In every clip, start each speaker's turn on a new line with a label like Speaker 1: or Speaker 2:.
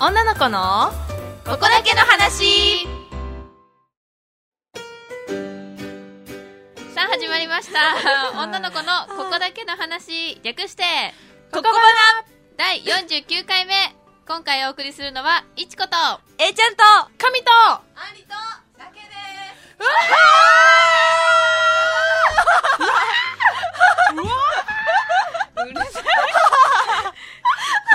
Speaker 1: 女の子のここだけの話
Speaker 2: さあ始まりました 女の子のここだけの話略して
Speaker 1: ここばな
Speaker 2: 第49回目今回お送りするのはいちこと
Speaker 1: A ちゃんと神と
Speaker 3: ありとだけです
Speaker 2: うるさい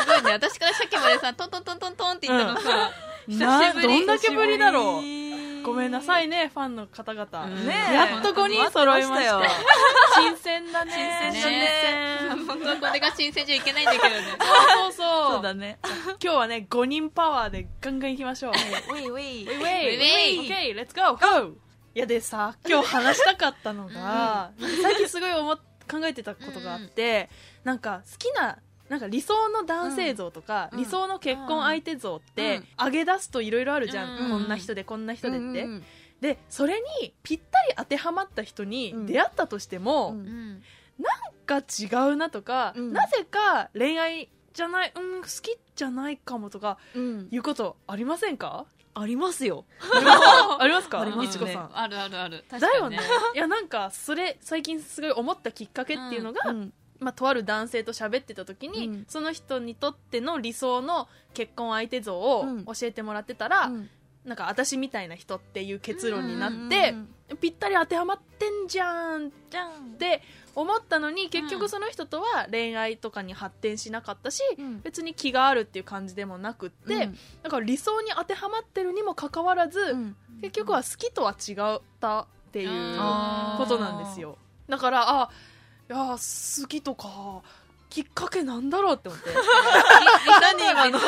Speaker 2: すごいね私からさっきまでさトントントントントンって言ったの さ、久しぶり
Speaker 4: どんだけぶりだろう
Speaker 3: う
Speaker 4: ごめんなさいねファンの方々、
Speaker 2: うん
Speaker 3: ねえ
Speaker 4: やっと5人揃いましたよ
Speaker 3: 待って
Speaker 4: 新鮮だね
Speaker 3: 新鮮
Speaker 4: 新鮮
Speaker 2: 本当はこれが新鮮じゃいけないんだけどね
Speaker 4: そうそう
Speaker 3: そ
Speaker 4: そうう
Speaker 3: だね
Speaker 4: 今日はね5人パワーでガンガンいきましょう
Speaker 3: ウィウィ
Speaker 4: ウェイウ
Speaker 2: ウェイ
Speaker 4: ェイ OK レッツゴーいやでさ今日話したかったのが、最近すごい思っ考えてたことがあって、なんか好きななんか理想の男性像とか、
Speaker 3: うん
Speaker 4: 理想の結婚相手像って、
Speaker 3: うん
Speaker 4: 上げ出すといろいろあるじゃん、
Speaker 2: うん
Speaker 4: こんな人でこんな人でって、
Speaker 3: うん
Speaker 4: でそれにぴったり当てはまった人に
Speaker 3: うん
Speaker 4: 出会ったとしても、
Speaker 3: うん
Speaker 2: うん
Speaker 4: が違うなとか、
Speaker 3: うん
Speaker 4: なぜか恋愛じゃないうん好きじゃないかもとか
Speaker 3: うん
Speaker 4: いうことありませんか
Speaker 3: あります よ
Speaker 4: ありますか
Speaker 3: ありますね
Speaker 4: いちこさん
Speaker 2: あるあるある確
Speaker 4: だ
Speaker 2: か
Speaker 4: よ
Speaker 2: に
Speaker 4: ねいやなんかそれ最近すごい思ったきっかけっていうのが、
Speaker 3: うん
Speaker 4: まあ、とある男性と喋ってた時に、
Speaker 3: うん
Speaker 4: その人にとっての理想の結婚相手像を
Speaker 3: うん
Speaker 4: 教えてもらってたら、
Speaker 3: うん
Speaker 4: なんか私みたいな人っていう結論になって、
Speaker 3: うん
Speaker 4: ぴったり当てはまってんじゃん
Speaker 3: じゃん
Speaker 4: って思ったのに結
Speaker 2: う
Speaker 4: 局
Speaker 2: ん
Speaker 4: その人とは恋愛とかに発展しなかったし、
Speaker 3: うん
Speaker 4: 別に気があるっていう感じでもなくって、
Speaker 3: うん
Speaker 4: だから理想に当てはまってるにもかかわらず、
Speaker 3: うん
Speaker 4: 結局は好きとは違ったっていう
Speaker 2: あ
Speaker 3: ー
Speaker 4: ことなんですよだからあいやー好きとかきっかけなんだろうって思 って
Speaker 2: 何今の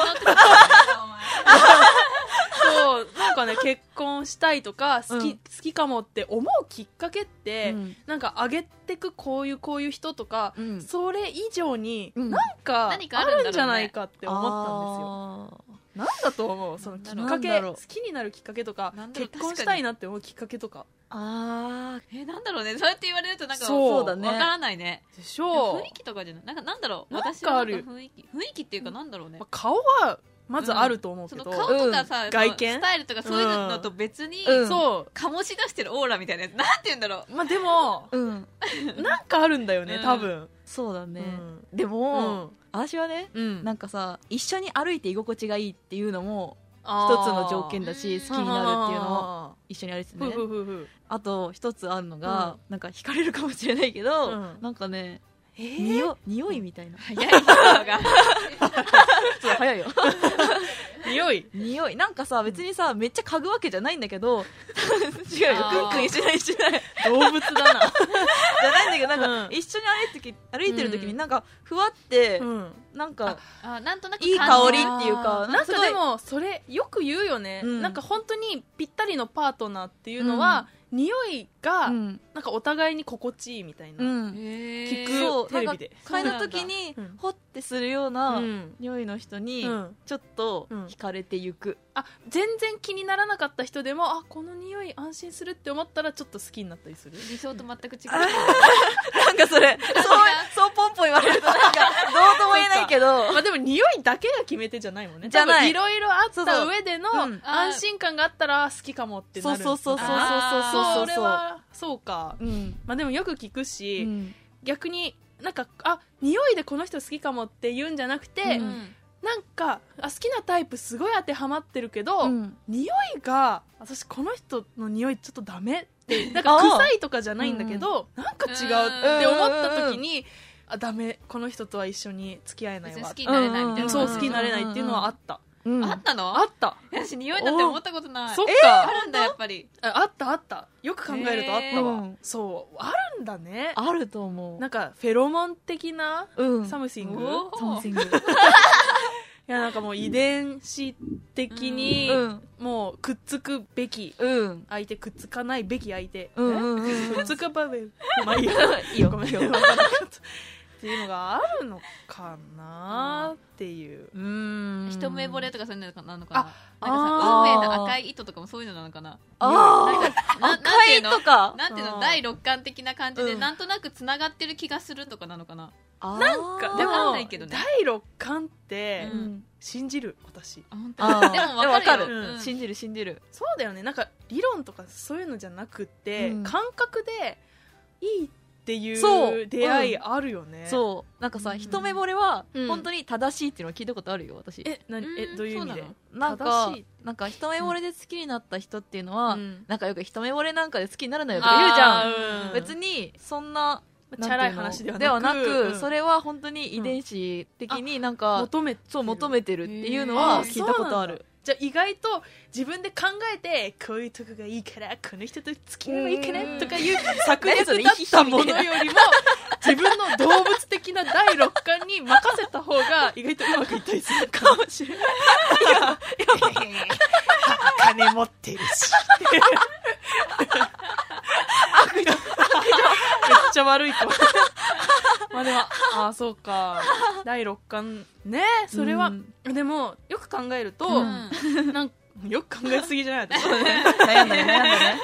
Speaker 4: そうなんかね結婚したいとか好き,、
Speaker 3: うん
Speaker 4: 好きかもって思うきっかけって、
Speaker 3: うん
Speaker 4: なんか上げてくこういうこういう人とか、
Speaker 3: うん
Speaker 4: それ以上に
Speaker 3: うん
Speaker 4: なんか
Speaker 2: 何かあ
Speaker 4: あ
Speaker 2: るんだろうね
Speaker 4: るんじゃないかって思ったんですよ。
Speaker 3: んですよ
Speaker 4: なんだと思うそのきっか
Speaker 3: な
Speaker 4: け
Speaker 3: んだろう
Speaker 4: 好きになるきっかけとか
Speaker 2: なんだろう
Speaker 4: 結婚したいなって思うきっかけとか
Speaker 3: あー
Speaker 2: えなんだろうねそうやって言われるとなんか
Speaker 4: そう
Speaker 3: そうだね
Speaker 2: わからないね
Speaker 4: でし
Speaker 2: で
Speaker 4: ょ
Speaker 2: も
Speaker 4: う
Speaker 2: 雰囲気とかじゃないなんかなんだろう
Speaker 4: なんか
Speaker 2: 私は
Speaker 4: ある
Speaker 2: 雰囲気雰囲気っていうかなんだろうね
Speaker 4: まあ顔はまずあると思う
Speaker 2: そ
Speaker 4: け
Speaker 2: の
Speaker 4: ど、
Speaker 2: 顔とかさ
Speaker 4: うん
Speaker 2: その
Speaker 4: 外見
Speaker 2: スタイルとかそういうのと別に
Speaker 3: うん
Speaker 4: そ
Speaker 2: 醸し出してるオーラみたいなやつなんて言うんだろう
Speaker 4: うまあでも
Speaker 3: うん
Speaker 4: なんかあるんだよね
Speaker 2: うん
Speaker 4: 多分
Speaker 3: そうだね
Speaker 4: うん
Speaker 3: で
Speaker 4: う
Speaker 3: も
Speaker 4: ん
Speaker 3: 私はね
Speaker 4: うん
Speaker 3: なんかさ一緒に歩いて居心地がいいっていうのも一
Speaker 4: 一
Speaker 3: つの条件だし
Speaker 2: あー
Speaker 3: 好きになるっていうのも一緒にあれですね
Speaker 4: ふうふうふう
Speaker 3: あと一つあるのが、なんか惹かれるかもしれないけど、
Speaker 4: うん
Speaker 3: なんかね
Speaker 4: えー
Speaker 3: 匂匂いみたいな
Speaker 2: 早い人が
Speaker 3: ちょっと早いよ
Speaker 4: 匂い
Speaker 3: 匂いなんかさ別にさめっちゃ嗅ぐわけじゃないんだけど違うよ
Speaker 2: あー
Speaker 3: クンクンしないしない
Speaker 4: 動物だな
Speaker 3: じゃないんだけどなんか、
Speaker 4: うん
Speaker 3: 一緒に歩いてき歩いてる時
Speaker 4: う
Speaker 3: に
Speaker 4: ん
Speaker 3: なんかふわって、
Speaker 4: うん
Speaker 3: なんか
Speaker 2: あなんとなく
Speaker 3: いい香りっていうか
Speaker 4: あーなん
Speaker 3: す
Speaker 4: か
Speaker 3: ごい
Speaker 4: でもそれよく言うよね、
Speaker 3: うん
Speaker 4: なんか本当にぴったりのパートナーっていうのは、匂いが
Speaker 3: うん、
Speaker 4: なんかお互いに心地いいみたいな、
Speaker 3: うん
Speaker 2: 聞
Speaker 4: 聞く
Speaker 3: そう
Speaker 4: テレビで
Speaker 3: 嗅いだ時に
Speaker 4: そうなんだうん
Speaker 3: ほってするような、
Speaker 4: うん
Speaker 3: 匂いの人に、
Speaker 4: うん
Speaker 3: ちょっと
Speaker 4: うん
Speaker 3: 惹かれてゆく、
Speaker 4: あ全然気にならなかった人でもあこの匂い安心するって思ったらちょっと好きになったりする
Speaker 2: 理想と全く違う
Speaker 3: なんかそれそうそうポンポン言われるとなんかどうとも言えないけど
Speaker 4: まあでも匂いだけが決め手じゃないもんね
Speaker 3: じゃな
Speaker 4: 多分
Speaker 3: い
Speaker 4: いろいろあった上での
Speaker 3: そうそううん
Speaker 4: 安心感があったら好きかもってな
Speaker 3: そう
Speaker 4: る
Speaker 3: そうそうそうそうそう
Speaker 4: あー
Speaker 3: そう
Speaker 4: それはそうか
Speaker 3: うん
Speaker 4: まあでもよく聞く
Speaker 3: う
Speaker 4: し、
Speaker 3: ん
Speaker 4: 逆になんかあ匂いでこの人好きかもって言うんじゃなくて、
Speaker 3: う
Speaker 2: うんん
Speaker 4: なんかあ好きなタイプすごい当てはまってるけど、
Speaker 3: うん
Speaker 4: 匂いが私この人の匂いちょっとダメってなん
Speaker 3: あ
Speaker 4: か
Speaker 3: ー
Speaker 4: 臭いとかじゃないんだけど、なんか違うって思った時に、あダメこの人とは一緒に付き合えない
Speaker 2: 別に
Speaker 4: わ
Speaker 2: 好きになれないみたい
Speaker 3: うん
Speaker 2: な
Speaker 4: そう好きになれないっていうのはあった、
Speaker 3: うん
Speaker 2: あったの
Speaker 4: あった
Speaker 2: 私匂いだって思ったことない
Speaker 4: そっ
Speaker 2: あ
Speaker 4: か、
Speaker 2: るんだやっぱり
Speaker 4: ああったあったよく考えるとあったわ、
Speaker 3: へー
Speaker 4: そうあるんだね
Speaker 3: あると思う
Speaker 4: なんかフェロモン的な
Speaker 3: うん
Speaker 4: サムシング、い
Speaker 2: おー
Speaker 3: サムシング
Speaker 4: やなんかもう遺伝子的に、
Speaker 3: うん
Speaker 4: もうくっつくべき
Speaker 3: うん
Speaker 4: 相手くっつかないべき相手、
Speaker 3: うんうんうん
Speaker 4: えくっつかばべまあ いいや
Speaker 3: いいよ
Speaker 4: ごめん
Speaker 3: いいよ
Speaker 4: わかんなかったっていうのがあるのかなっていう
Speaker 3: うん
Speaker 2: 一目惚れとかそういうのなのかな
Speaker 4: あ
Speaker 2: なんか
Speaker 3: あー
Speaker 2: さ運命の赤い糸とかもそういうのなのかな
Speaker 3: あ
Speaker 2: な
Speaker 3: あ
Speaker 2: んてい
Speaker 3: 貝
Speaker 2: うの
Speaker 3: とか
Speaker 2: なんていう
Speaker 4: あ
Speaker 2: の
Speaker 4: ー
Speaker 2: 第六感的な感じで
Speaker 4: うん
Speaker 2: なんとなくつながってる気がするとかなのかな
Speaker 3: なん
Speaker 4: か
Speaker 2: で
Speaker 4: で
Speaker 2: も
Speaker 4: も
Speaker 2: わかんないけどね
Speaker 4: 第六感って
Speaker 2: うん
Speaker 4: 信じる私
Speaker 2: あ本当
Speaker 3: あー
Speaker 2: でも
Speaker 3: でも
Speaker 2: わ
Speaker 3: わ
Speaker 2: か
Speaker 3: か
Speaker 2: る
Speaker 3: る
Speaker 2: よ
Speaker 3: うん信じる信じる
Speaker 4: そうだよねなんか理論とかそういうのじゃなくって、
Speaker 3: うん
Speaker 4: 感覚でいいってい
Speaker 3: そうう
Speaker 4: 出会いあるよね、う
Speaker 3: そうなんかさ、
Speaker 2: うん
Speaker 3: 一目惚れは
Speaker 4: うん
Speaker 3: 本当に正しいっていうのを聞いたことあるよ私
Speaker 4: えなえ
Speaker 2: うん
Speaker 4: どういう意味で
Speaker 2: そう
Speaker 3: なんか
Speaker 4: 正しい
Speaker 3: なんか一目惚れで好きになった人っていうのは、
Speaker 4: うん
Speaker 3: なんかよく一目惚れなんかで好きになるのよとか言うじゃん
Speaker 4: あーうん
Speaker 3: 別にそんな
Speaker 4: チャラい話ではなく
Speaker 3: なんていうのではなく
Speaker 4: うん
Speaker 3: それは本当に遺伝子的になんか、
Speaker 4: 求めてる
Speaker 3: そう求めてるっていうの
Speaker 2: へー
Speaker 3: は聞いたことある
Speaker 4: じゃあ意外と自分で考えてこういうとこがいいからこの人と付き合えばいいか
Speaker 3: う
Speaker 4: なんとかいう策略
Speaker 3: 何それ
Speaker 4: だったものよりも自分の動物的な第六感に任せた方が意外とうまくいったりするかもしれ ない 金持ってる しめっちゃ悪い子まあでもああそうか第六感ねそ れは、
Speaker 3: うん
Speaker 4: でもよく考えると、
Speaker 3: うん
Speaker 4: なんかよく考えすぎじゃない 私
Speaker 3: 悩んだね悩 んだね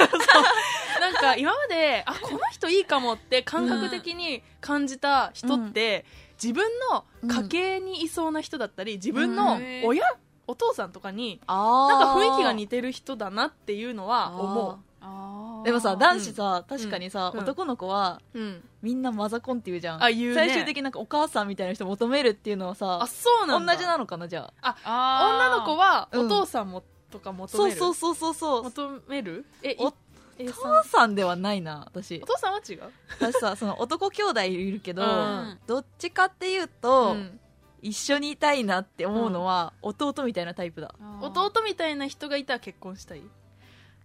Speaker 4: なんか今まであこの人いいかもって感覚的に感じた人って、自分の家系にいそうな人だったり自分の親、お父さんとかに
Speaker 3: あ
Speaker 4: なん
Speaker 3: ー
Speaker 4: か雰囲気が似てる人だなっていうのは思
Speaker 2: あー
Speaker 3: でもさ男子さ、確かにさ、
Speaker 4: うん
Speaker 3: 男の子は
Speaker 4: う、うん、
Speaker 3: みんなマザコンって言うじゃん
Speaker 4: あ言うね
Speaker 3: 最終的になんかお母さんみたいな人求めるっていうのはさ
Speaker 4: あそうな
Speaker 3: 同じ
Speaker 4: んだ
Speaker 3: なのかなじゃあ
Speaker 2: あー
Speaker 4: 女の子は
Speaker 3: うん
Speaker 4: お父さんも、とか求
Speaker 3: そ
Speaker 4: め
Speaker 3: う
Speaker 4: る
Speaker 3: そうそうそうそう
Speaker 4: 求めるえい
Speaker 3: お
Speaker 4: A
Speaker 3: お
Speaker 4: さん
Speaker 3: 父さんではないな私
Speaker 4: お父さんは違う
Speaker 3: 私さその男兄弟いるけど、
Speaker 4: うん
Speaker 3: どっちかっていうと、
Speaker 4: うん
Speaker 3: 一緒にいたいなって思うのは、弟みたいなタイプだ
Speaker 4: 弟みたいな人がいたら結婚したい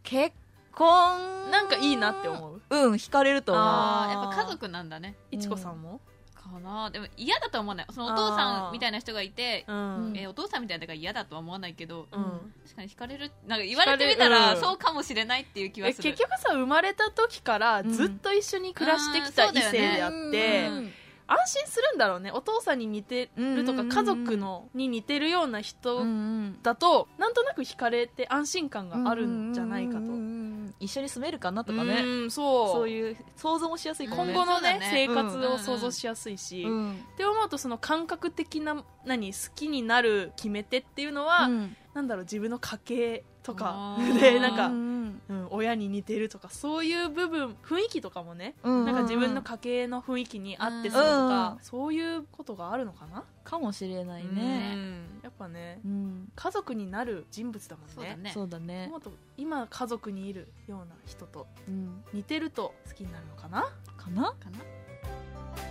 Speaker 3: 結婚
Speaker 4: なんかいいなって思う
Speaker 3: うん惹かれると思
Speaker 2: あーやっぱ家族なんだね
Speaker 4: いちこさんも、
Speaker 2: かなでも嫌だとは思わないそのお父さ
Speaker 4: あ
Speaker 2: ん
Speaker 4: ー
Speaker 2: みたいな人がいて
Speaker 4: うん
Speaker 3: うん
Speaker 2: えーお父さんみたいなのが嫌だとは思わないけど
Speaker 4: うん
Speaker 2: 確かに惹かれるなんか言われてみた
Speaker 4: 惹かられる
Speaker 2: そうかもしれないっていう気は
Speaker 4: え
Speaker 2: す
Speaker 4: 結
Speaker 2: る
Speaker 4: 局さ生まれた時からずっと一緒に暮らしてきた
Speaker 2: うん
Speaker 4: 異性であって、
Speaker 2: う
Speaker 3: うん
Speaker 4: 安心するんだろうねお父さんに似てるとか、
Speaker 3: うん
Speaker 4: 家族のに似てるような
Speaker 3: う
Speaker 4: 人
Speaker 3: ん
Speaker 4: だと、なんとなく惹かれて安心感があるんじゃないかと、
Speaker 3: うんうん
Speaker 4: うん
Speaker 3: うん一緒に住めるかなとかね、
Speaker 4: そう
Speaker 3: そういう想像もしやすいかも
Speaker 4: 今
Speaker 3: ね
Speaker 4: 後のね
Speaker 2: そう
Speaker 4: 生
Speaker 3: だね
Speaker 4: 活を想像しやすいし、
Speaker 3: う
Speaker 4: っ
Speaker 3: ん
Speaker 4: て思うとその感覚的な何好きになる決め手っていうのは、
Speaker 3: うん
Speaker 4: なんだろう自分の家系とか
Speaker 2: あー
Speaker 4: でなん
Speaker 3: う
Speaker 4: か、
Speaker 3: ん
Speaker 4: うん、親に似てるとかそういう部分雰囲気とかもね
Speaker 3: うん
Speaker 4: なんか自分の家系の雰囲気に合ってそうと
Speaker 3: う
Speaker 4: か
Speaker 3: ん、
Speaker 4: そういうことがあるのかな、
Speaker 3: かもしれないね、
Speaker 4: うんやっぱね
Speaker 3: うん
Speaker 4: 家族になる人物だも
Speaker 2: そ
Speaker 4: んね
Speaker 2: うだね
Speaker 3: そうだね
Speaker 4: 思うと今家族にいるような人と
Speaker 3: うん
Speaker 4: 似てると好きになるのかな
Speaker 3: かな
Speaker 2: かな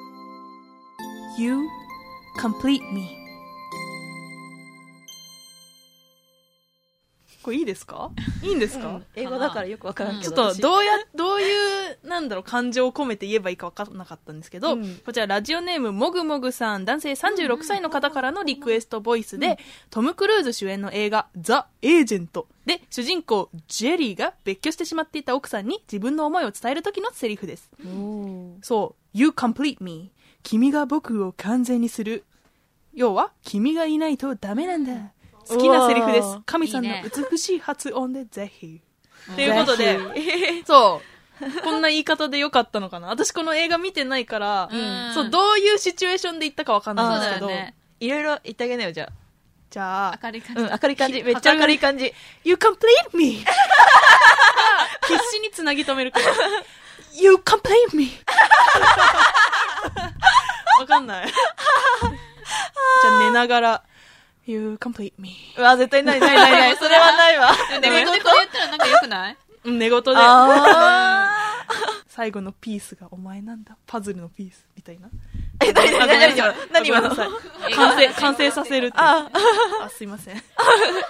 Speaker 4: 「You complete me」これいいですかいいんですか、
Speaker 3: 英語だからよくわからんけ
Speaker 4: ちょ
Speaker 3: ど
Speaker 4: っと
Speaker 3: 私
Speaker 4: どうやどういうなんだろう感情を込めて言えばいいか分からなかったんですけど、
Speaker 3: うん
Speaker 4: こちらラジオネームもぐもぐさん男性36歳の方からのリクエストボイスで、トム・クルーズ主演の映画「ザ・エージェント」で主人公ジェリーが別居してしまっていた奥さんに自分の思いを伝える時のセリフですそう「You complete me」君が僕を完全にする要は君がいないとダメなんだ好きなセリフで
Speaker 3: う
Speaker 4: す
Speaker 3: わ
Speaker 4: 神さんの
Speaker 2: いいね
Speaker 4: 美しい発音でぜひと
Speaker 2: て
Speaker 4: いうことで
Speaker 3: ぜ、
Speaker 4: そう。こんな言い方でよかったのかな。私この映画見てないから、
Speaker 2: うん
Speaker 4: そう、どういうシチュエーションで言ったかわかんないんですけ
Speaker 2: そう
Speaker 4: ど、
Speaker 2: だよね
Speaker 3: いろいろ言ってあげなよじゃあ
Speaker 4: じゃあ、
Speaker 2: 明るい感
Speaker 3: う
Speaker 2: じ
Speaker 3: ん、明るい感じ。めっちゃ明るい感じ。
Speaker 4: You complete me! 必死につなぎ止めるから。You complete me! わかんない。じゃあ寝ながら、You complete me.
Speaker 3: うわ、絶対ないないない ない。それはないわ。
Speaker 2: でもこれ言ったらなんか良くない
Speaker 4: うん寝言で、
Speaker 3: あ
Speaker 4: 最後のピースがお前なんだ。パズルのピースみたいな。
Speaker 3: ー。え、何、何、何、何、 何今の
Speaker 4: ごめんなさい 完成、完成させるっていう。
Speaker 3: あ
Speaker 4: あ、すいま せん。っ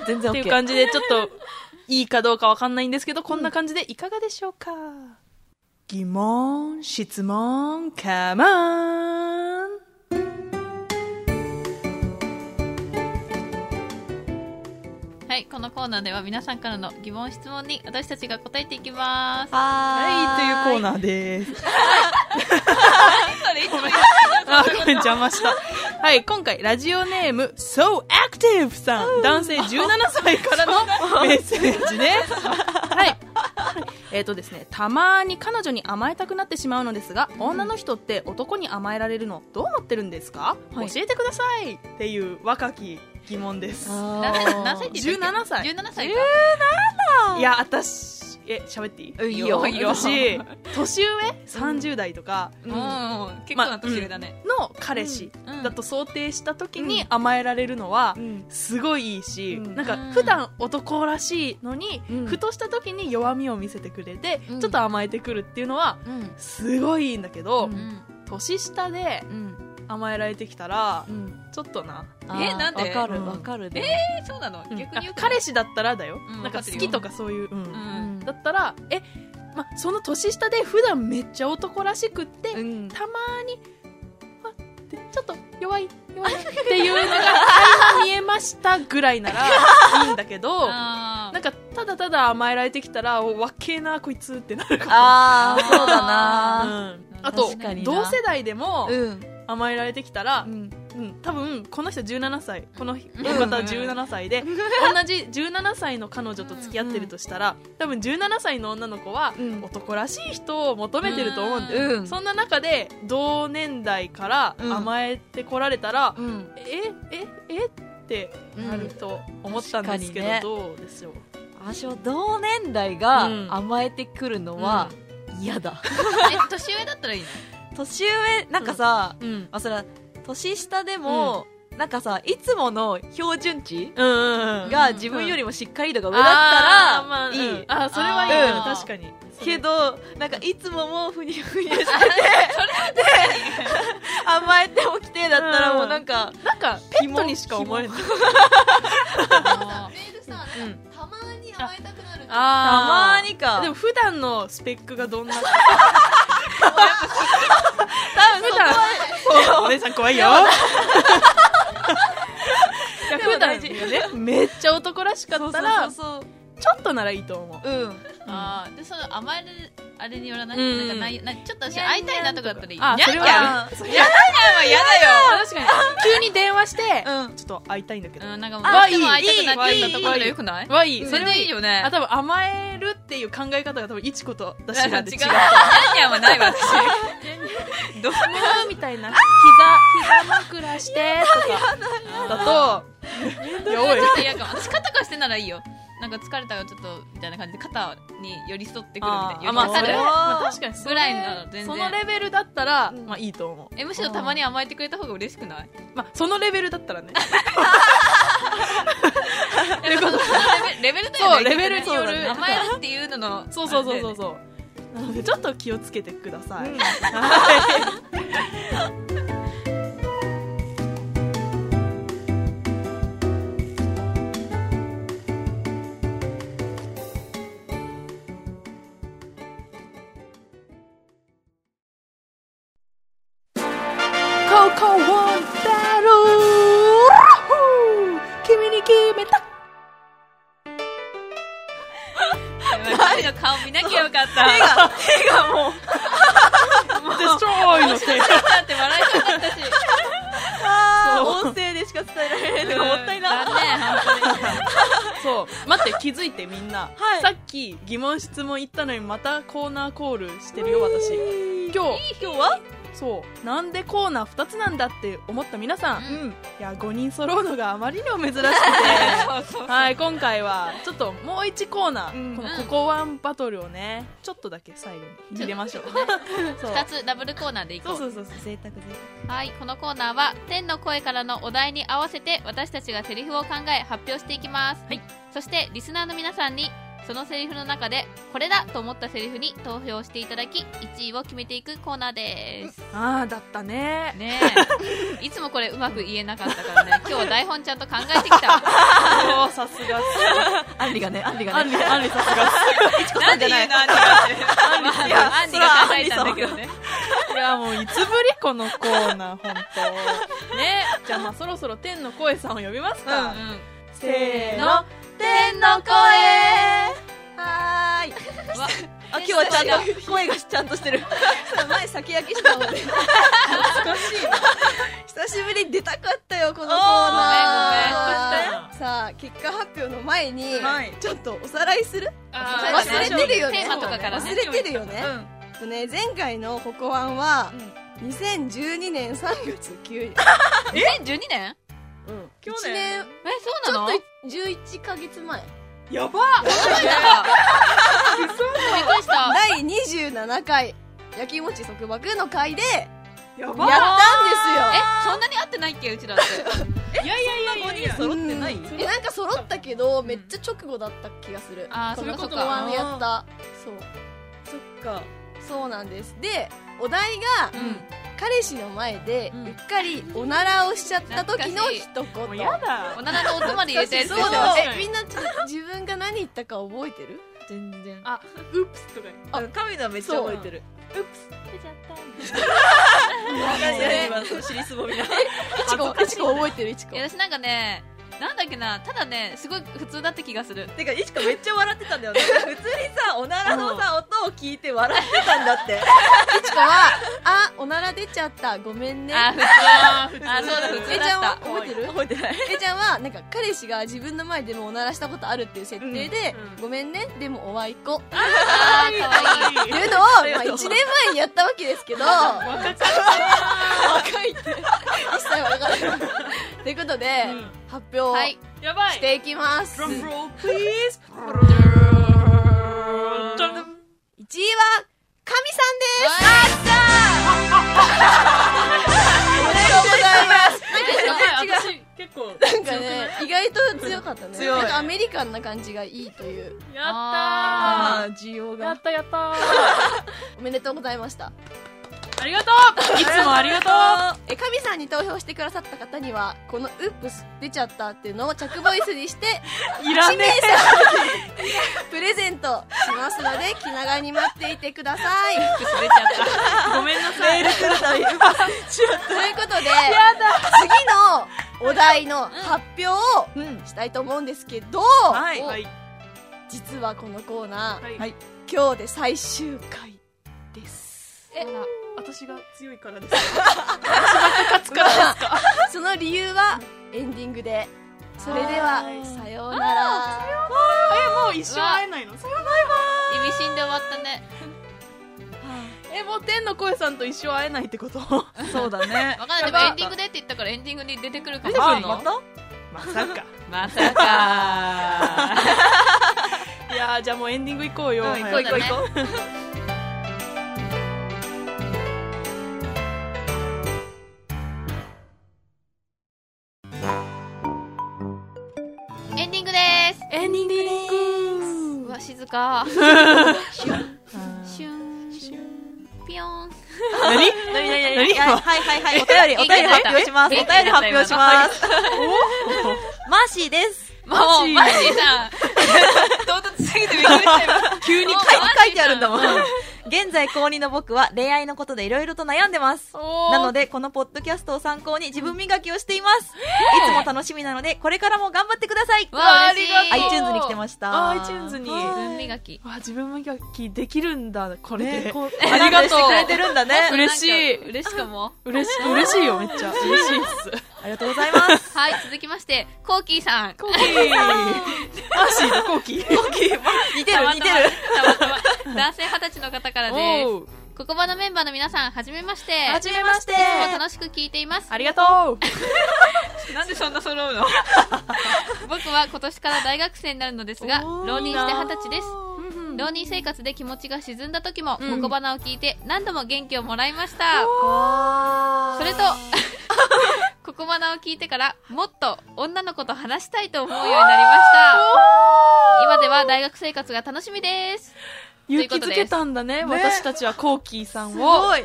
Speaker 3: 全然
Speaker 4: ていう
Speaker 3: OK。
Speaker 4: 感じで、ちょっと、いいかどうかわかんないんですけど、こんな感じでいかがでしょうか、疑問、質問、カマン
Speaker 2: はい、このコーナーでは皆さんからの疑問、質問に私たちが答えていきます。
Speaker 3: は
Speaker 4: というコー
Speaker 3: ー
Speaker 4: ナーです。
Speaker 2: それいつも言う
Speaker 4: あ、ごめん、 邪魔した。はい、今回、ラジオネーム、So Active さん、男性17歳からのメッセージです。 はい。えーとですね、たまに彼女に甘えたくなってしまうのですが、女の人って男に甘えられるのどう思ってるんですか、
Speaker 2: はい
Speaker 4: 教えてくださいっていう若き疑問です。
Speaker 2: 何歳何歳って言ったっ
Speaker 4: 17歳
Speaker 2: け17歳か。
Speaker 4: いや、私、え、喋っていい
Speaker 3: いいよ
Speaker 2: いいよ
Speaker 4: 私、 年上 ?30 代とか
Speaker 2: うん、結構な年上だね。
Speaker 4: の彼氏
Speaker 2: うん
Speaker 4: だと想定した時に甘えられるのは
Speaker 3: う、ん
Speaker 4: すごいいいし、
Speaker 3: うん
Speaker 4: なんか普段男らしいのに、
Speaker 3: うん
Speaker 4: ふとした時に弱みを見せてくれて、
Speaker 2: うん
Speaker 4: ちょっと甘えてくるっていうのは
Speaker 2: うん。
Speaker 4: すごいいいんだけど、
Speaker 3: うん
Speaker 4: 年下で
Speaker 3: うん
Speaker 4: 甘えられてきたら
Speaker 3: うん
Speaker 4: ちょっとな、
Speaker 3: あ
Speaker 2: え
Speaker 3: ー
Speaker 2: なんで
Speaker 3: わか
Speaker 4: う
Speaker 3: る
Speaker 4: ん
Speaker 3: わかるで
Speaker 2: え、そうなの逆に
Speaker 4: あ
Speaker 2: 言うと
Speaker 4: 彼氏だったらだよ、
Speaker 2: うん
Speaker 4: なんか
Speaker 2: わかってる
Speaker 4: 好
Speaker 2: よ
Speaker 4: きとかそういう、うん
Speaker 2: う。
Speaker 3: うんん
Speaker 4: だったらえ、ま、その年下で普段めっちゃ男らしくって、
Speaker 3: うん
Speaker 4: たまにあってちょっと弱い 弱いっていうのが垣間見えましたぐらいならいいんだけ ど。
Speaker 2: あー
Speaker 4: なんかただただ甘えられてきたらおわっけえなこいつってなるか
Speaker 3: あー
Speaker 2: あー
Speaker 3: そうだ
Speaker 4: ら、う、
Speaker 3: なん
Speaker 4: あと
Speaker 3: 確かにな
Speaker 4: 同世代でも
Speaker 3: うん
Speaker 4: 甘えられてきたら
Speaker 3: う、ん
Speaker 4: うん、多分この人17歳この
Speaker 2: うん
Speaker 4: この方は17歳 で、同じ17歳の彼女と付き合ってるとしたら、多分17歳の女の子は
Speaker 3: うん
Speaker 4: 男らしい人を求めてると思うんだよ、
Speaker 3: うん
Speaker 4: そんな中で同年代から
Speaker 3: うん
Speaker 4: 甘えてこられたら、
Speaker 3: うん
Speaker 4: えええってなると思ったんですけど、
Speaker 3: うん
Speaker 4: ど
Speaker 3: 確
Speaker 4: うでしょう
Speaker 3: 私は同年
Speaker 4: う
Speaker 3: 代
Speaker 4: ん
Speaker 3: が甘えてくるのは嫌だ
Speaker 2: え年上だったらいいの
Speaker 3: 年上なんかさ
Speaker 4: うん
Speaker 3: まあそれは年下でもなんかさいつもの標準値
Speaker 4: うんうんうん
Speaker 3: が自分よりもしっかり度が上
Speaker 4: あーま
Speaker 3: だ
Speaker 4: あ
Speaker 3: ったらいい
Speaker 4: あそれはいいな
Speaker 2: あー
Speaker 4: 確かに
Speaker 3: けどなんかいつももうふにゃふにゃしてて甘えて起きてだったらもうなんか
Speaker 4: なんかペットにしか思えな
Speaker 2: メ
Speaker 4: い
Speaker 2: ールさ、なんか
Speaker 4: うん
Speaker 2: たまに甘えたくなる。
Speaker 3: た
Speaker 4: あ
Speaker 3: まにか
Speaker 4: でも普段のスペックがどんな多分普段お姉さん怖いよいや
Speaker 3: でも
Speaker 4: 普段
Speaker 3: 大事
Speaker 4: ねめっちゃ男らしかったら
Speaker 3: そうそうそう
Speaker 4: ちょっとならいいと思う
Speaker 3: そううん
Speaker 2: ああ、で、その甘える、あれによらない、
Speaker 4: うん
Speaker 2: なんかない、なんかちょっと私会いたいなとかだったらいい。
Speaker 4: あそれは
Speaker 2: にゃんにゃん
Speaker 4: あ
Speaker 3: うん
Speaker 2: は嫌だよ。
Speaker 4: 確かに急に電話して
Speaker 3: うん
Speaker 4: ちょっと会いたいんだけど
Speaker 2: うん、なんかもう、
Speaker 4: あ
Speaker 2: どうしても会いたくなっちゃったところ
Speaker 4: いいい
Speaker 2: で
Speaker 4: い
Speaker 2: よくない
Speaker 4: わいい
Speaker 2: それでいいよね。
Speaker 4: あ多分甘えるっていう考え方が多分いちこと
Speaker 2: 違う。
Speaker 4: 私
Speaker 2: ニャ
Speaker 4: ら
Speaker 2: ン
Speaker 4: で違
Speaker 2: ニ
Speaker 4: う
Speaker 2: ャンはないわ、私。どう
Speaker 4: みたいな膝膝枕してとかだといやおい
Speaker 2: ちょっと嫌かも。私、肩貸してならいいよ。なんか疲れたらちょっと、みたいな感じで肩に寄り添ってくるみたいな。寄
Speaker 4: あ
Speaker 2: り
Speaker 4: ま
Speaker 2: かか
Speaker 4: あそ
Speaker 2: る
Speaker 4: れは、まあ、確かに
Speaker 2: ぐらいなら全然
Speaker 4: そのレベルだったら、
Speaker 3: うん
Speaker 4: まあいいと思う、
Speaker 2: え、むしろたまに甘えてくれた方が嬉しくない
Speaker 4: まあ、そのレベルだったらね
Speaker 2: やっぱそのレ ベレベルだよ
Speaker 4: そう
Speaker 2: ね。
Speaker 4: レベルによる
Speaker 2: 結局ね甘えるっていうのの。
Speaker 4: そうそうそうそう
Speaker 2: う。
Speaker 4: そうなのでちょっと気をつけてください、
Speaker 3: うん
Speaker 4: はいココワンダルー君に決 めた
Speaker 2: 誰の顔見なきゃよか った。
Speaker 3: 手が手がもう
Speaker 4: デストロイの手
Speaker 2: だって笑いそうだったし。
Speaker 3: あー
Speaker 4: そう
Speaker 3: 音声でしか伝えられないのがもったいな
Speaker 2: 残念、本当に。
Speaker 4: そう待って気づいてみんな、
Speaker 3: はい
Speaker 4: さっき疑問質問言ったのにまたコーナーコールしてるよ私今日
Speaker 3: 今日 は
Speaker 4: そうなんでコーナー2つなんだって思った皆さん、
Speaker 2: うん
Speaker 4: いや5人揃うのがあまりにも珍し くてはい今回はちょっともう1コーナー、
Speaker 3: うん
Speaker 4: この「ココワンバトル」をねちょっとだけ最後に入れましょうそう
Speaker 2: 二つダブルコーナーでいこ
Speaker 4: そううそうそうそう
Speaker 3: 贅沢贅
Speaker 2: はいこのコーナーは天の声からのお題に合わせて私たちがセリフを考え発表していきます、
Speaker 4: はい
Speaker 2: そしてリスナーの皆さんにそのセリフの中でこれだと思ったセリフに投票していただき1位を決めていくコーナーです
Speaker 4: ああだったね
Speaker 2: ねえいつもこれうまく言えなかったからね今日は台本ちゃんと考えてきた
Speaker 4: おーさすが
Speaker 3: 沢アンリがねアンリ が
Speaker 4: あんりあんりさすが
Speaker 2: なんで言うのアンディがアンディが考えたんだけどね
Speaker 4: いやもういつぶりこのコーナー本 当ねじゃあまあそろそろ天の声さんを呼びますか、
Speaker 2: うん
Speaker 4: せー
Speaker 2: の
Speaker 4: の
Speaker 1: 天の声
Speaker 3: はーい。
Speaker 2: わ
Speaker 3: あ、今日はちゃんと、声がちゃんとしてる。前先焼きしたので。
Speaker 4: 懐かしい
Speaker 5: 久しぶりに出たかったよこのコーナ
Speaker 2: あ
Speaker 5: ーさあ結果発表の前に、
Speaker 3: はい
Speaker 5: ちょっとおさらいする
Speaker 2: あー
Speaker 5: 忘れてるよね
Speaker 2: テーマとかから
Speaker 5: 忘
Speaker 2: ね
Speaker 5: れてるよね,、
Speaker 3: うん。
Speaker 5: ね前回の「ここワンは、2012年3月9日、
Speaker 2: 2012年
Speaker 5: うん、
Speaker 3: 去
Speaker 5: 1
Speaker 3: 年
Speaker 5: 年
Speaker 2: えそうなの
Speaker 5: 11ヶ月前
Speaker 3: やば
Speaker 2: びっくりした
Speaker 5: 第27回焼きもち束縛の回で
Speaker 3: や
Speaker 5: や
Speaker 3: ば
Speaker 5: ったんですよ
Speaker 2: えそんなに会ってないっけうちだって
Speaker 3: いやいやいやいやいや
Speaker 5: 揃ってない、えなんか揃ったけどめっちゃ直後だった気がする
Speaker 2: あーそ
Speaker 5: こ
Speaker 2: っ
Speaker 5: の
Speaker 2: かそっ
Speaker 5: こ
Speaker 2: か
Speaker 5: こワンやったそう
Speaker 3: そっか。
Speaker 5: そうなんですでお題が
Speaker 2: う
Speaker 5: 彼氏の前で
Speaker 3: うん
Speaker 5: うっかりおならをしちゃった時の一
Speaker 4: もう
Speaker 5: 言
Speaker 4: やだ
Speaker 2: んおならのおつまり入れて
Speaker 5: そう
Speaker 4: 懐かしい
Speaker 5: えみんなちょっと自分が何言ったか覚えてる
Speaker 3: 全然。
Speaker 4: あウップスとか言って
Speaker 3: あ、神田めっちゃ覚えてる。うっす、出ちゃった。いやいや、今、その尻すぼみが。
Speaker 5: いちこいちこ覚えてるいちこ
Speaker 2: いや私なんかねなんだっけなただねすごい普通だった気がする
Speaker 3: てか、いちかめっちゃ笑ってたんだよね。普通にさ、おならのさ、音を聞いて笑ってたんだって。
Speaker 5: いちこはあおなら出ちゃったごめんね
Speaker 2: あー普通あ
Speaker 3: 普
Speaker 2: そうだ普通
Speaker 3: 通
Speaker 5: えち
Speaker 2: だっ
Speaker 5: ゃんは
Speaker 2: た
Speaker 5: 覚えてる
Speaker 3: 覚えてない。
Speaker 5: えちゃんはなんか彼氏が自分の前でもおならしたことあるっていう設定で、
Speaker 3: うんうん
Speaker 5: ごめんねでもおわいこって
Speaker 2: あーかわいい
Speaker 5: いうのを、まあ、1年前にやったわけですけど若
Speaker 4: 若かっ
Speaker 5: いって一切わからないということで、発表を
Speaker 2: はい
Speaker 4: たやば
Speaker 5: し
Speaker 4: い
Speaker 5: ていきます、
Speaker 4: Drum
Speaker 5: 1
Speaker 4: roll, please.
Speaker 5: 位は神さんです
Speaker 4: やばい私結構
Speaker 5: なんかね意外と強かったね
Speaker 4: 強い
Speaker 5: なんかアメリカンな感じがいいという
Speaker 4: や
Speaker 2: あ
Speaker 4: っ
Speaker 3: あー、需要
Speaker 4: たーや
Speaker 3: が
Speaker 4: っ。たやったー
Speaker 5: おめでとうございました
Speaker 4: ありがとういつもありがとう
Speaker 5: え神さんに投票してくださった方にはこの「ウップス出ちゃった」っていうのを着ボイスにして
Speaker 4: いらねえ
Speaker 5: プレゼントしますので気長に待っていてください
Speaker 2: 出ちゃった
Speaker 4: ごめんなさい
Speaker 3: 来るたび
Speaker 5: ということで次のお題の発表を
Speaker 3: うん。
Speaker 5: したいと思うんですけど、
Speaker 3: はい。
Speaker 4: はい
Speaker 5: 実はこのコーナー、
Speaker 4: はい
Speaker 5: 今日で最終回です
Speaker 4: え私が強いから です
Speaker 5: その理由はエンディングでそれではさようなら
Speaker 4: えもう一生会えないの
Speaker 2: 意味深で終わったね
Speaker 4: えもう天の声さんと一生会えないってことま
Speaker 3: そうだね。
Speaker 2: わかんないでもエンディングでって言ったからエンディングに出てくるかもしれ
Speaker 4: あ
Speaker 2: ない
Speaker 4: また まさか
Speaker 2: まさ か
Speaker 4: いやーじゃあもうエンディング行こうよ、
Speaker 3: うん行
Speaker 2: こう行こう行
Speaker 4: こう
Speaker 2: エンディングです
Speaker 4: エンディン
Speaker 2: う
Speaker 4: グ
Speaker 2: わ静かシュン
Speaker 4: シュン
Speaker 2: ピヨン
Speaker 4: 何
Speaker 3: なになにな
Speaker 4: 何
Speaker 3: はいはいはいはい。お便り、お便り発表します。お
Speaker 2: 元気
Speaker 3: 便
Speaker 2: に
Speaker 3: り
Speaker 2: なっ
Speaker 3: 発
Speaker 2: た
Speaker 3: 表します。マーシーです。
Speaker 2: もうマジさん 唐突すぎてびっくりしたよ
Speaker 3: 急に書い
Speaker 2: お
Speaker 3: 書いてあるんだもん。現在高2の僕は恋愛のことでいろいろと悩んでます。なので、このポッドキャストを参考に自分磨きをしています。いつも楽しみなので、これからも頑張ってください。
Speaker 2: わありがとう
Speaker 3: iTunes に来てました。
Speaker 4: あ iTunes に
Speaker 3: は
Speaker 2: 文磨き
Speaker 4: わ自分磨きできるんだこ
Speaker 3: い
Speaker 4: れで、
Speaker 3: ね、こう、
Speaker 4: ありがとう
Speaker 3: してくれてるんだね。
Speaker 4: 嬉しい
Speaker 2: なんか嬉しかも
Speaker 4: 嬉し嬉しいよめっ ちゃ嬉しいっす
Speaker 3: ありがとうございます。
Speaker 2: はい続きましてコーキーさん
Speaker 4: コーキーマーシーとコーキーコーキー
Speaker 3: 似てる似てる。
Speaker 2: たまたまたま男性二十歳の方からです
Speaker 4: う
Speaker 2: ここばのメンバーの皆さんはじめまして
Speaker 3: はじめまして。
Speaker 2: いつも楽しく聞いています
Speaker 4: ありがとう
Speaker 2: なんでそんな揃うの 僕は今年から大学生になるのですが
Speaker 4: おー
Speaker 2: 浪人して二十歳です
Speaker 4: うんうん
Speaker 2: 浪人生活で気持ちが沈んだ時も、ここばなを聞いて何度も元気をもらいましたそれとここばなを聞いてからもっと女の子と話したいと思うようになりました今では大学生活が楽しみです
Speaker 4: 勇気づけたんだね
Speaker 3: ね
Speaker 4: 私たちはコーキーさん
Speaker 3: す
Speaker 4: を
Speaker 3: ごい。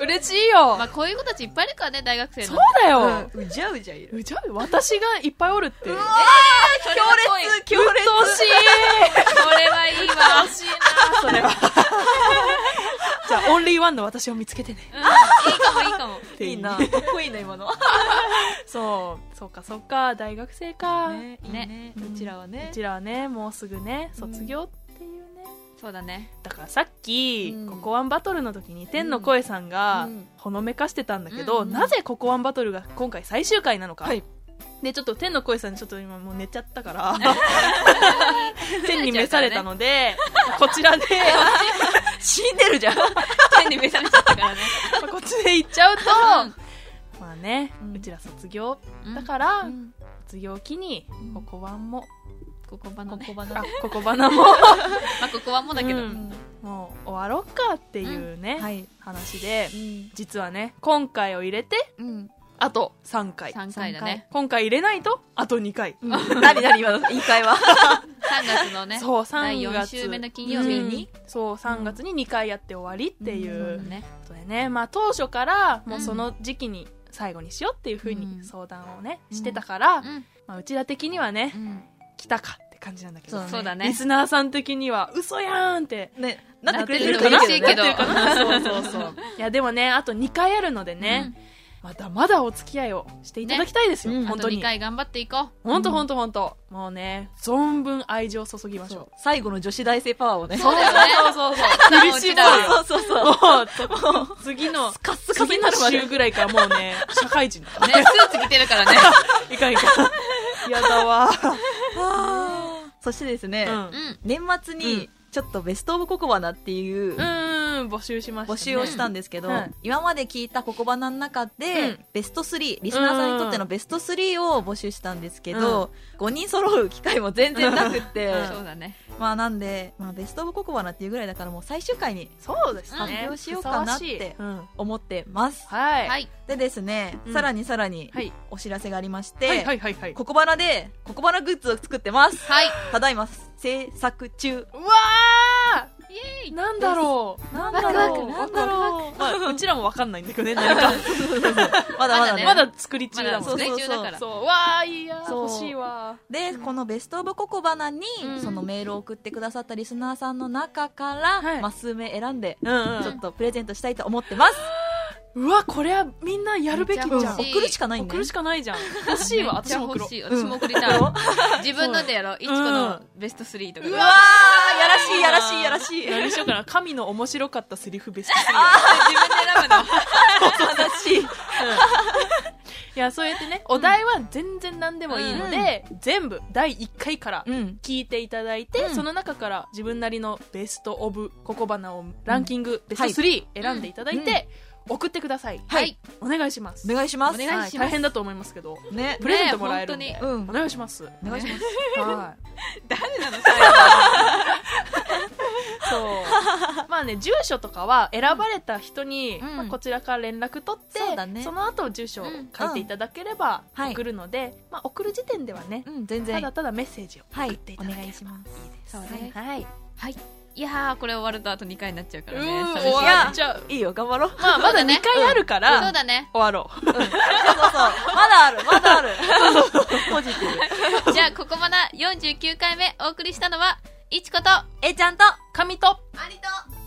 Speaker 4: 嬉しいよ、
Speaker 2: まあこういう子たちいっぱいいるからね大学生の
Speaker 4: そうだよ、
Speaker 3: うじゃうじゃいる。
Speaker 4: うじゃう私がいっぱいおるって。うっ
Speaker 2: 強烈
Speaker 3: 強烈。
Speaker 4: とうしい
Speaker 2: これはいいわ
Speaker 4: それは。じゃあオンリーワンの私を見つけてね
Speaker 2: いいかもいいかも
Speaker 4: って
Speaker 3: い
Speaker 4: い
Speaker 3: いうなかっこいいな今の
Speaker 4: そうそうかそうか大学生か、
Speaker 3: ねいいね
Speaker 4: うん
Speaker 3: うちらはね
Speaker 4: うちらはねもうすぐね卒業っていうね、
Speaker 2: そうだね
Speaker 4: だからさっき、
Speaker 5: うん
Speaker 4: ココアンバトルの時に天の声さんが
Speaker 5: うん
Speaker 4: ほのめかしてたんだけど、
Speaker 2: うん
Speaker 4: なぜココアンバトルが今回最終回なのか、
Speaker 5: はい
Speaker 4: でちょっと天の声さんちょっと今もう寝ちゃったから天に召されたので、こちらで
Speaker 3: 死んでるじゃん
Speaker 2: 天に目覚めちゃったからね
Speaker 4: こっちで行っちゃうと
Speaker 2: うん
Speaker 4: まあね、
Speaker 3: うん
Speaker 4: うちら卒業
Speaker 2: うん
Speaker 4: だから、
Speaker 3: ん
Speaker 4: 卒業を機にココアンも、
Speaker 2: ここばのねま
Speaker 4: あココバナも
Speaker 2: あここはもうだけど
Speaker 4: う
Speaker 2: うん
Speaker 4: んもう終わろうかっていうね、
Speaker 3: はい
Speaker 4: 話で
Speaker 3: うん
Speaker 4: 実はね今回を入れて
Speaker 3: うん
Speaker 4: あと3回
Speaker 2: 3回だね
Speaker 4: 今回入れないとあと2回、
Speaker 3: 何何今の言い換えは
Speaker 2: 3月のね
Speaker 4: そう3
Speaker 2: 第
Speaker 4: 月
Speaker 2: 4週目の金曜日に
Speaker 4: うんそう3月に2回やって終わりってい
Speaker 3: うん
Speaker 4: う
Speaker 3: うん
Speaker 2: ね
Speaker 4: ことでね、まあ、当初からもううんその時期に最後にしようっていうふう
Speaker 2: う
Speaker 4: に
Speaker 2: ん
Speaker 4: 相談をね、してたから、
Speaker 2: う
Speaker 4: う
Speaker 2: ん
Speaker 4: まあ、うちら的にはね、
Speaker 2: うん
Speaker 4: 来たかって感じなんだけど
Speaker 2: そうだ
Speaker 4: リ
Speaker 2: ね
Speaker 4: スナーさん的には嘘やんって
Speaker 3: ねなってくれて
Speaker 2: な
Speaker 3: る
Speaker 2: ってる
Speaker 3: か
Speaker 2: と嬉しいけ
Speaker 3: な
Speaker 2: ど
Speaker 4: なってるかなそうそうそう いやでもねあと2回あるのでね、まだまだお付き合いをしていただきたいですよ、
Speaker 3: ねうん
Speaker 2: あ
Speaker 4: 本
Speaker 2: と
Speaker 4: 当
Speaker 2: 2
Speaker 4: に
Speaker 2: 回頑張っていこ
Speaker 4: 本当本当本当もうね存分愛情を注ぎましょう
Speaker 3: そう最後の女子大生パワーをね
Speaker 2: うそうだよね
Speaker 4: そうそうそう
Speaker 2: 苦しいだろ
Speaker 4: も
Speaker 3: そうそうそう
Speaker 4: うちょっと次 の
Speaker 3: カッスカス
Speaker 4: 次
Speaker 3: にな
Speaker 4: の
Speaker 3: るまで
Speaker 4: 週ぐらいからもうね社会人だ
Speaker 2: うねスーツ着てるからね
Speaker 4: いかんいかんやだわ
Speaker 3: あーそしてですね、
Speaker 4: うん
Speaker 2: うん
Speaker 3: 年末にちょっとベストオブココバナっていう
Speaker 4: うーん募集しました、ね、
Speaker 3: 募集をしたんですけど、
Speaker 4: うんはい
Speaker 3: 今まで聞いたココバナの中で、
Speaker 4: うん
Speaker 3: ベスト3リスナーさんにとってのベスト3を募集したんですけど、5人揃う機会も全然なくって、
Speaker 4: うん
Speaker 2: そうだね
Speaker 3: まあなんで、まあ、ベストオブココバナっていうぐらいだからもう最終回に
Speaker 4: そうですね
Speaker 2: うん
Speaker 3: 発表しようかな
Speaker 4: ふさわ
Speaker 3: って
Speaker 4: しいうん
Speaker 3: 思ってます、
Speaker 4: はい、
Speaker 2: はい
Speaker 3: でですね、
Speaker 4: うん
Speaker 3: さらにさらに
Speaker 4: はい
Speaker 3: お知らせがありまして、
Speaker 4: はいはいはいはい
Speaker 3: ココバナでココバナグッズを作ってます
Speaker 2: はい
Speaker 3: ただいま制作中
Speaker 4: うわ
Speaker 2: イエー
Speaker 4: ー
Speaker 2: イ
Speaker 4: なんだろう
Speaker 3: なん
Speaker 4: だろう
Speaker 3: なんだろ
Speaker 4: まあうちらもわかんないんだ けどね何か
Speaker 3: うまだまだね
Speaker 4: まだ作り中
Speaker 2: ま
Speaker 4: だ
Speaker 2: だ
Speaker 4: もん
Speaker 2: 途
Speaker 4: ね
Speaker 2: 中だから
Speaker 4: そうわあいいや
Speaker 3: そう
Speaker 4: 欲しいわ
Speaker 3: で、このベストオブココバナに、
Speaker 4: うん
Speaker 3: そのメールを送ってくださったリスナーさんの中から、
Speaker 4: はい
Speaker 3: まあ、数名選んで、
Speaker 4: うんうん
Speaker 3: ちょっとプレゼントしたいと思ってます。
Speaker 4: うわこれはみんなやるべきじゃ
Speaker 2: めっちゃ
Speaker 4: ん
Speaker 2: 欲しい
Speaker 3: 送るしかないん
Speaker 4: 送
Speaker 3: で、
Speaker 4: るしかないじゃん欲しいわ
Speaker 2: めっち
Speaker 4: 私
Speaker 2: ゃ
Speaker 4: も送
Speaker 2: 欲
Speaker 4: ろう
Speaker 2: しい私も送りたい自分のでやろういちこのベスト3とか
Speaker 3: う
Speaker 2: で
Speaker 3: わー、やらしい、やらしい、やらしい。
Speaker 4: 何にしようかな神の面白かったセリフベスト3
Speaker 2: 自分で選ぶの
Speaker 3: 悲しい。
Speaker 4: いやそうやってねお題は全然何でもいいので、全部第1回から
Speaker 3: うん。
Speaker 4: 聞いていただいて、
Speaker 3: うん
Speaker 4: その中から自分なりのベスト・オブ・ココバナをランキング、ベスト
Speaker 3: はい
Speaker 4: 3選んでいただいて、
Speaker 3: うん
Speaker 4: 送ってください、
Speaker 2: はい
Speaker 4: お願いします
Speaker 3: お願いします。
Speaker 2: お願いします
Speaker 4: は大変だと思いますけど
Speaker 3: ね。
Speaker 4: プレゼントもらえるんで、
Speaker 2: ね
Speaker 3: う
Speaker 4: お
Speaker 3: ん。
Speaker 4: 願いします
Speaker 3: お願いします。
Speaker 4: はい
Speaker 2: 誰なの最後
Speaker 4: そう。 まあね、住所とかは選ばれた人に、
Speaker 2: うん
Speaker 4: まあ、こちらから連絡取って、
Speaker 3: そうだね
Speaker 4: の後住所を書いていただければ
Speaker 3: うんはい
Speaker 4: 送るので、まあ送る時点ではね、
Speaker 3: うん、全
Speaker 4: た
Speaker 3: 然。
Speaker 4: だただメッセージを
Speaker 3: は
Speaker 4: 送っ
Speaker 3: い
Speaker 4: てい。
Speaker 3: お
Speaker 4: ただければ、
Speaker 3: 願いします。
Speaker 2: そうね
Speaker 4: はい。
Speaker 2: いやーこれ終わるとあと2回になっちゃうか
Speaker 4: う
Speaker 2: らね
Speaker 4: ん、
Speaker 2: 寂し
Speaker 4: 終
Speaker 2: い
Speaker 3: いや
Speaker 4: わっちゃう。
Speaker 3: いいよ、頑張ろう。
Speaker 4: まあまだ2回あるから、
Speaker 2: そうだね
Speaker 4: 終わろう。
Speaker 3: そうそうそう。まだある、ま だある。ポジティブ。
Speaker 2: じゃあここまだ49回目お送りしたのはいちこと
Speaker 3: えいちゃんと、
Speaker 4: 紙と、
Speaker 1: ありと